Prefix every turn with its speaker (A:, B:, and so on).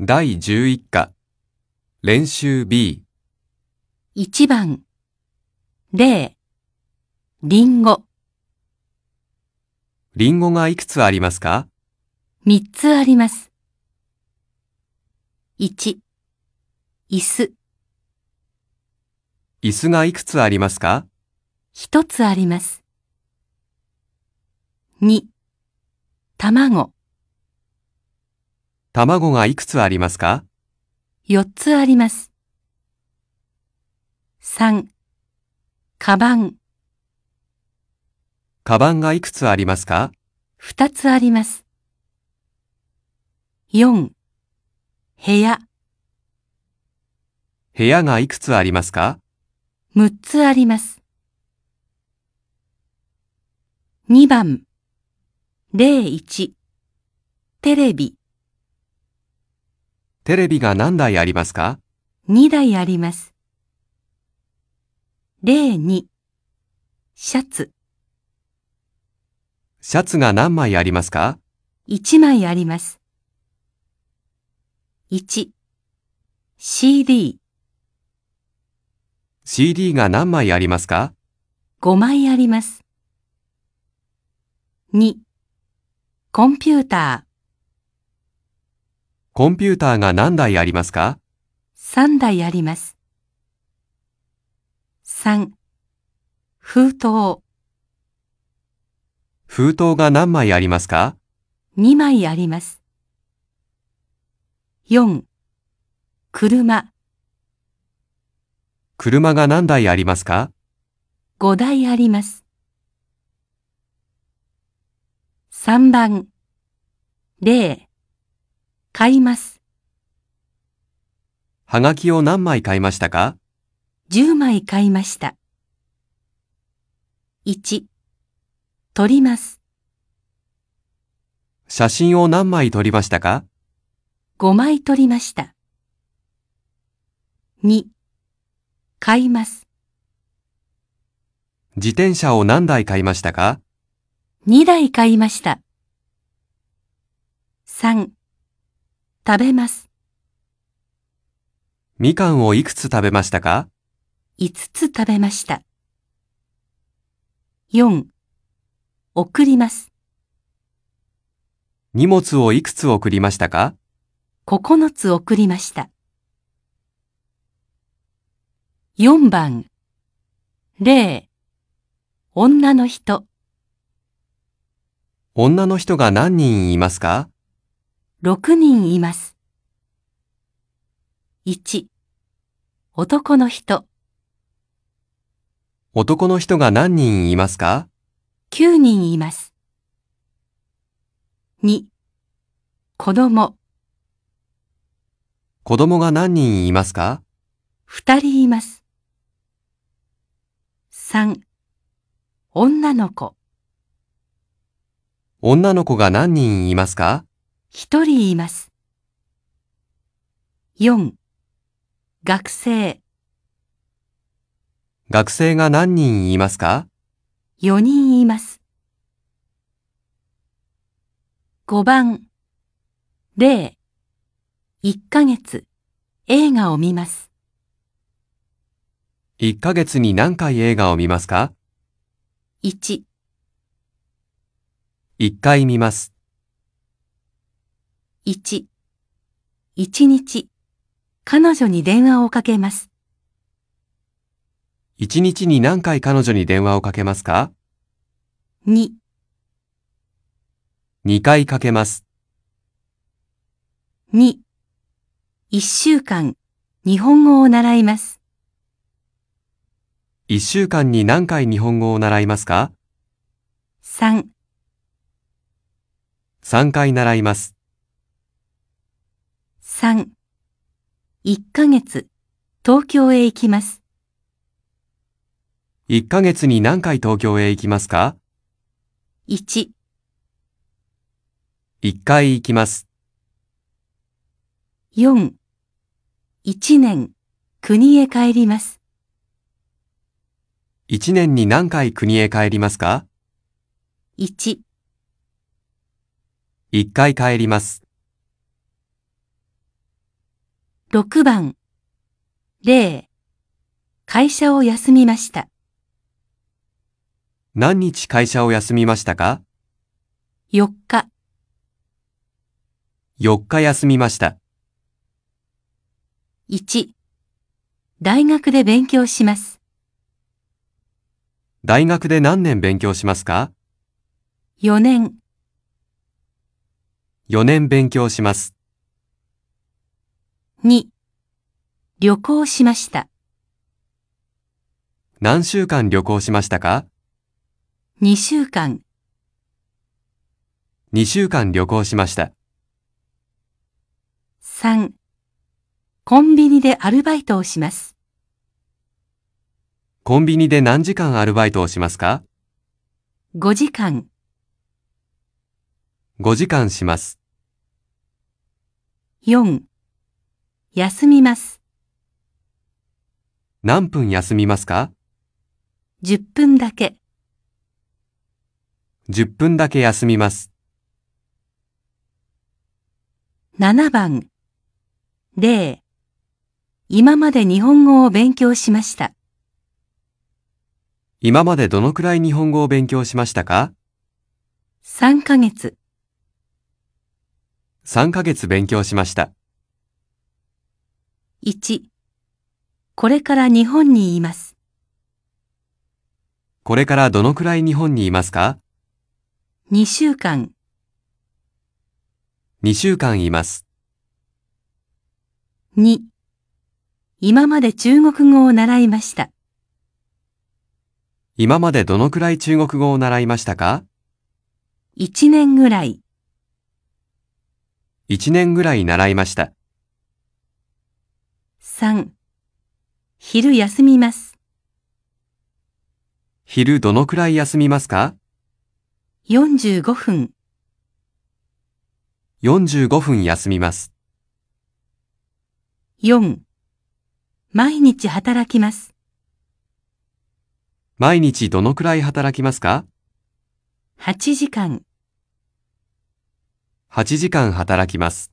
A: 第11課、練習 B、
B: 1番、0、りんご、
A: リンゴがいくつありますか
B: 3つあります。1、椅子、
A: 椅子がいくつありますか
B: 1つあります。2、卵、
A: 卵がいくつありますか
B: 4つあります。3、カバン、
A: カバンがいくつありますか
B: 2つあります。4、部屋、
A: 部屋がいくつありますか
B: 6つあります。2番、01、テレビ、
A: テレビが何台ありますか
B: 2台あります。02、シャツ、
A: シャツが何枚ありますか
B: 1枚あります。1、CD、
A: ?CD が何枚ありますか
B: 5枚あります。2、コンピュータ
A: コンピューターが何台ありますか
B: ー、3台あります。3、封筒、
A: 封筒が何枚ありますか
B: 2枚あります。4、車、
A: 車が何台ありますか
B: 5台あります。3番、0、買います。
A: はがきを何枚買いましたか
B: 10枚買いました。1、撮ります。
A: 写真を何枚撮りましたか
B: 5枚撮りました。2、買います。
A: 自転車を何台買いましたか
B: 2台買いました。3、食べます。
A: みかんをいくつ食べましたか
B: 5つ食べました。4. 送ります。
A: 荷物をいくつ送りましたか
B: 9つ送りました。4番。0. 女の人
A: 女の人が何人いますか
B: 6人います。1. 男の人
A: 男の人が何人いますか
B: 9人います。2. 子供
A: 子供が何人いますか
B: 二人います。三、女の子、
A: 女の子が何人いますか
B: 一人います。四、学生、
A: 学生が何人いますか
B: 四人います。五番、零、一ヶ月、映画を見ます。
A: 1ヶ月に何回映画を見ますか
B: 一、
A: 1回見ます。
B: 一、一日、彼女に電話をかけます。
A: 1日に何回彼女に電話をかけますか
B: 二、
A: ?2 回かけます。
B: 2. 一週間、日本語を習います。
A: 1週間に何回日本語を習いますか
B: 3.
A: 3回習います。
B: 3. 一ヶ月、東京へ行きます。
A: 1ヶ月に何回東京へ行きますか
B: 1.
A: 1回行きます。
B: 4. 一年、国へ帰ります。
A: 1年に何回国へ帰りますか
B: 1.
A: 1回帰ります。
B: 6番、0、会社を休みました。
A: 何日会社を休みましたか
B: 4日、
A: ?4 日休みました。
B: 1、大学で勉強します。
A: 大学で何年勉強しますか
B: 4年、
A: ?4 年勉強します。
B: 2、旅行しました。
A: 何週間旅行しましたか
B: 2週間、
A: ?2 週間旅行しました。
B: 3、コンビニでアルバイトをします。
A: コンビニで何時間アルバイトをしますか
B: 5時間、
A: ?5 時間します。
B: 4、休みます。
A: 何分休みますか
B: 10分だけ、
A: ?10 分だけ休みます。
B: 7番、0、今まで日本語を勉強しました。
A: 今までどのくらい日本語を勉強しましたか
B: 3ヶ月、
A: ?3 ヶ月勉強しました。
B: 1、これから日本にいます。
A: これからどのくらい日本にいますか
B: 2週間、
A: ?2 週間います。
B: 2、今まで中国語を習いました。
A: 今までどのくらい中国語を習いましたか
B: 1年ぐらい、
A: ?1 年ぐらい習いました。
B: 3、昼休みます。
A: 昼どのくらい休みますか
B: 45分、
A: ?45 分休みます。
B: 4、毎日働きます。
A: 毎日どのくらい働きますか
B: 8時間。
A: ?8 時間働きます。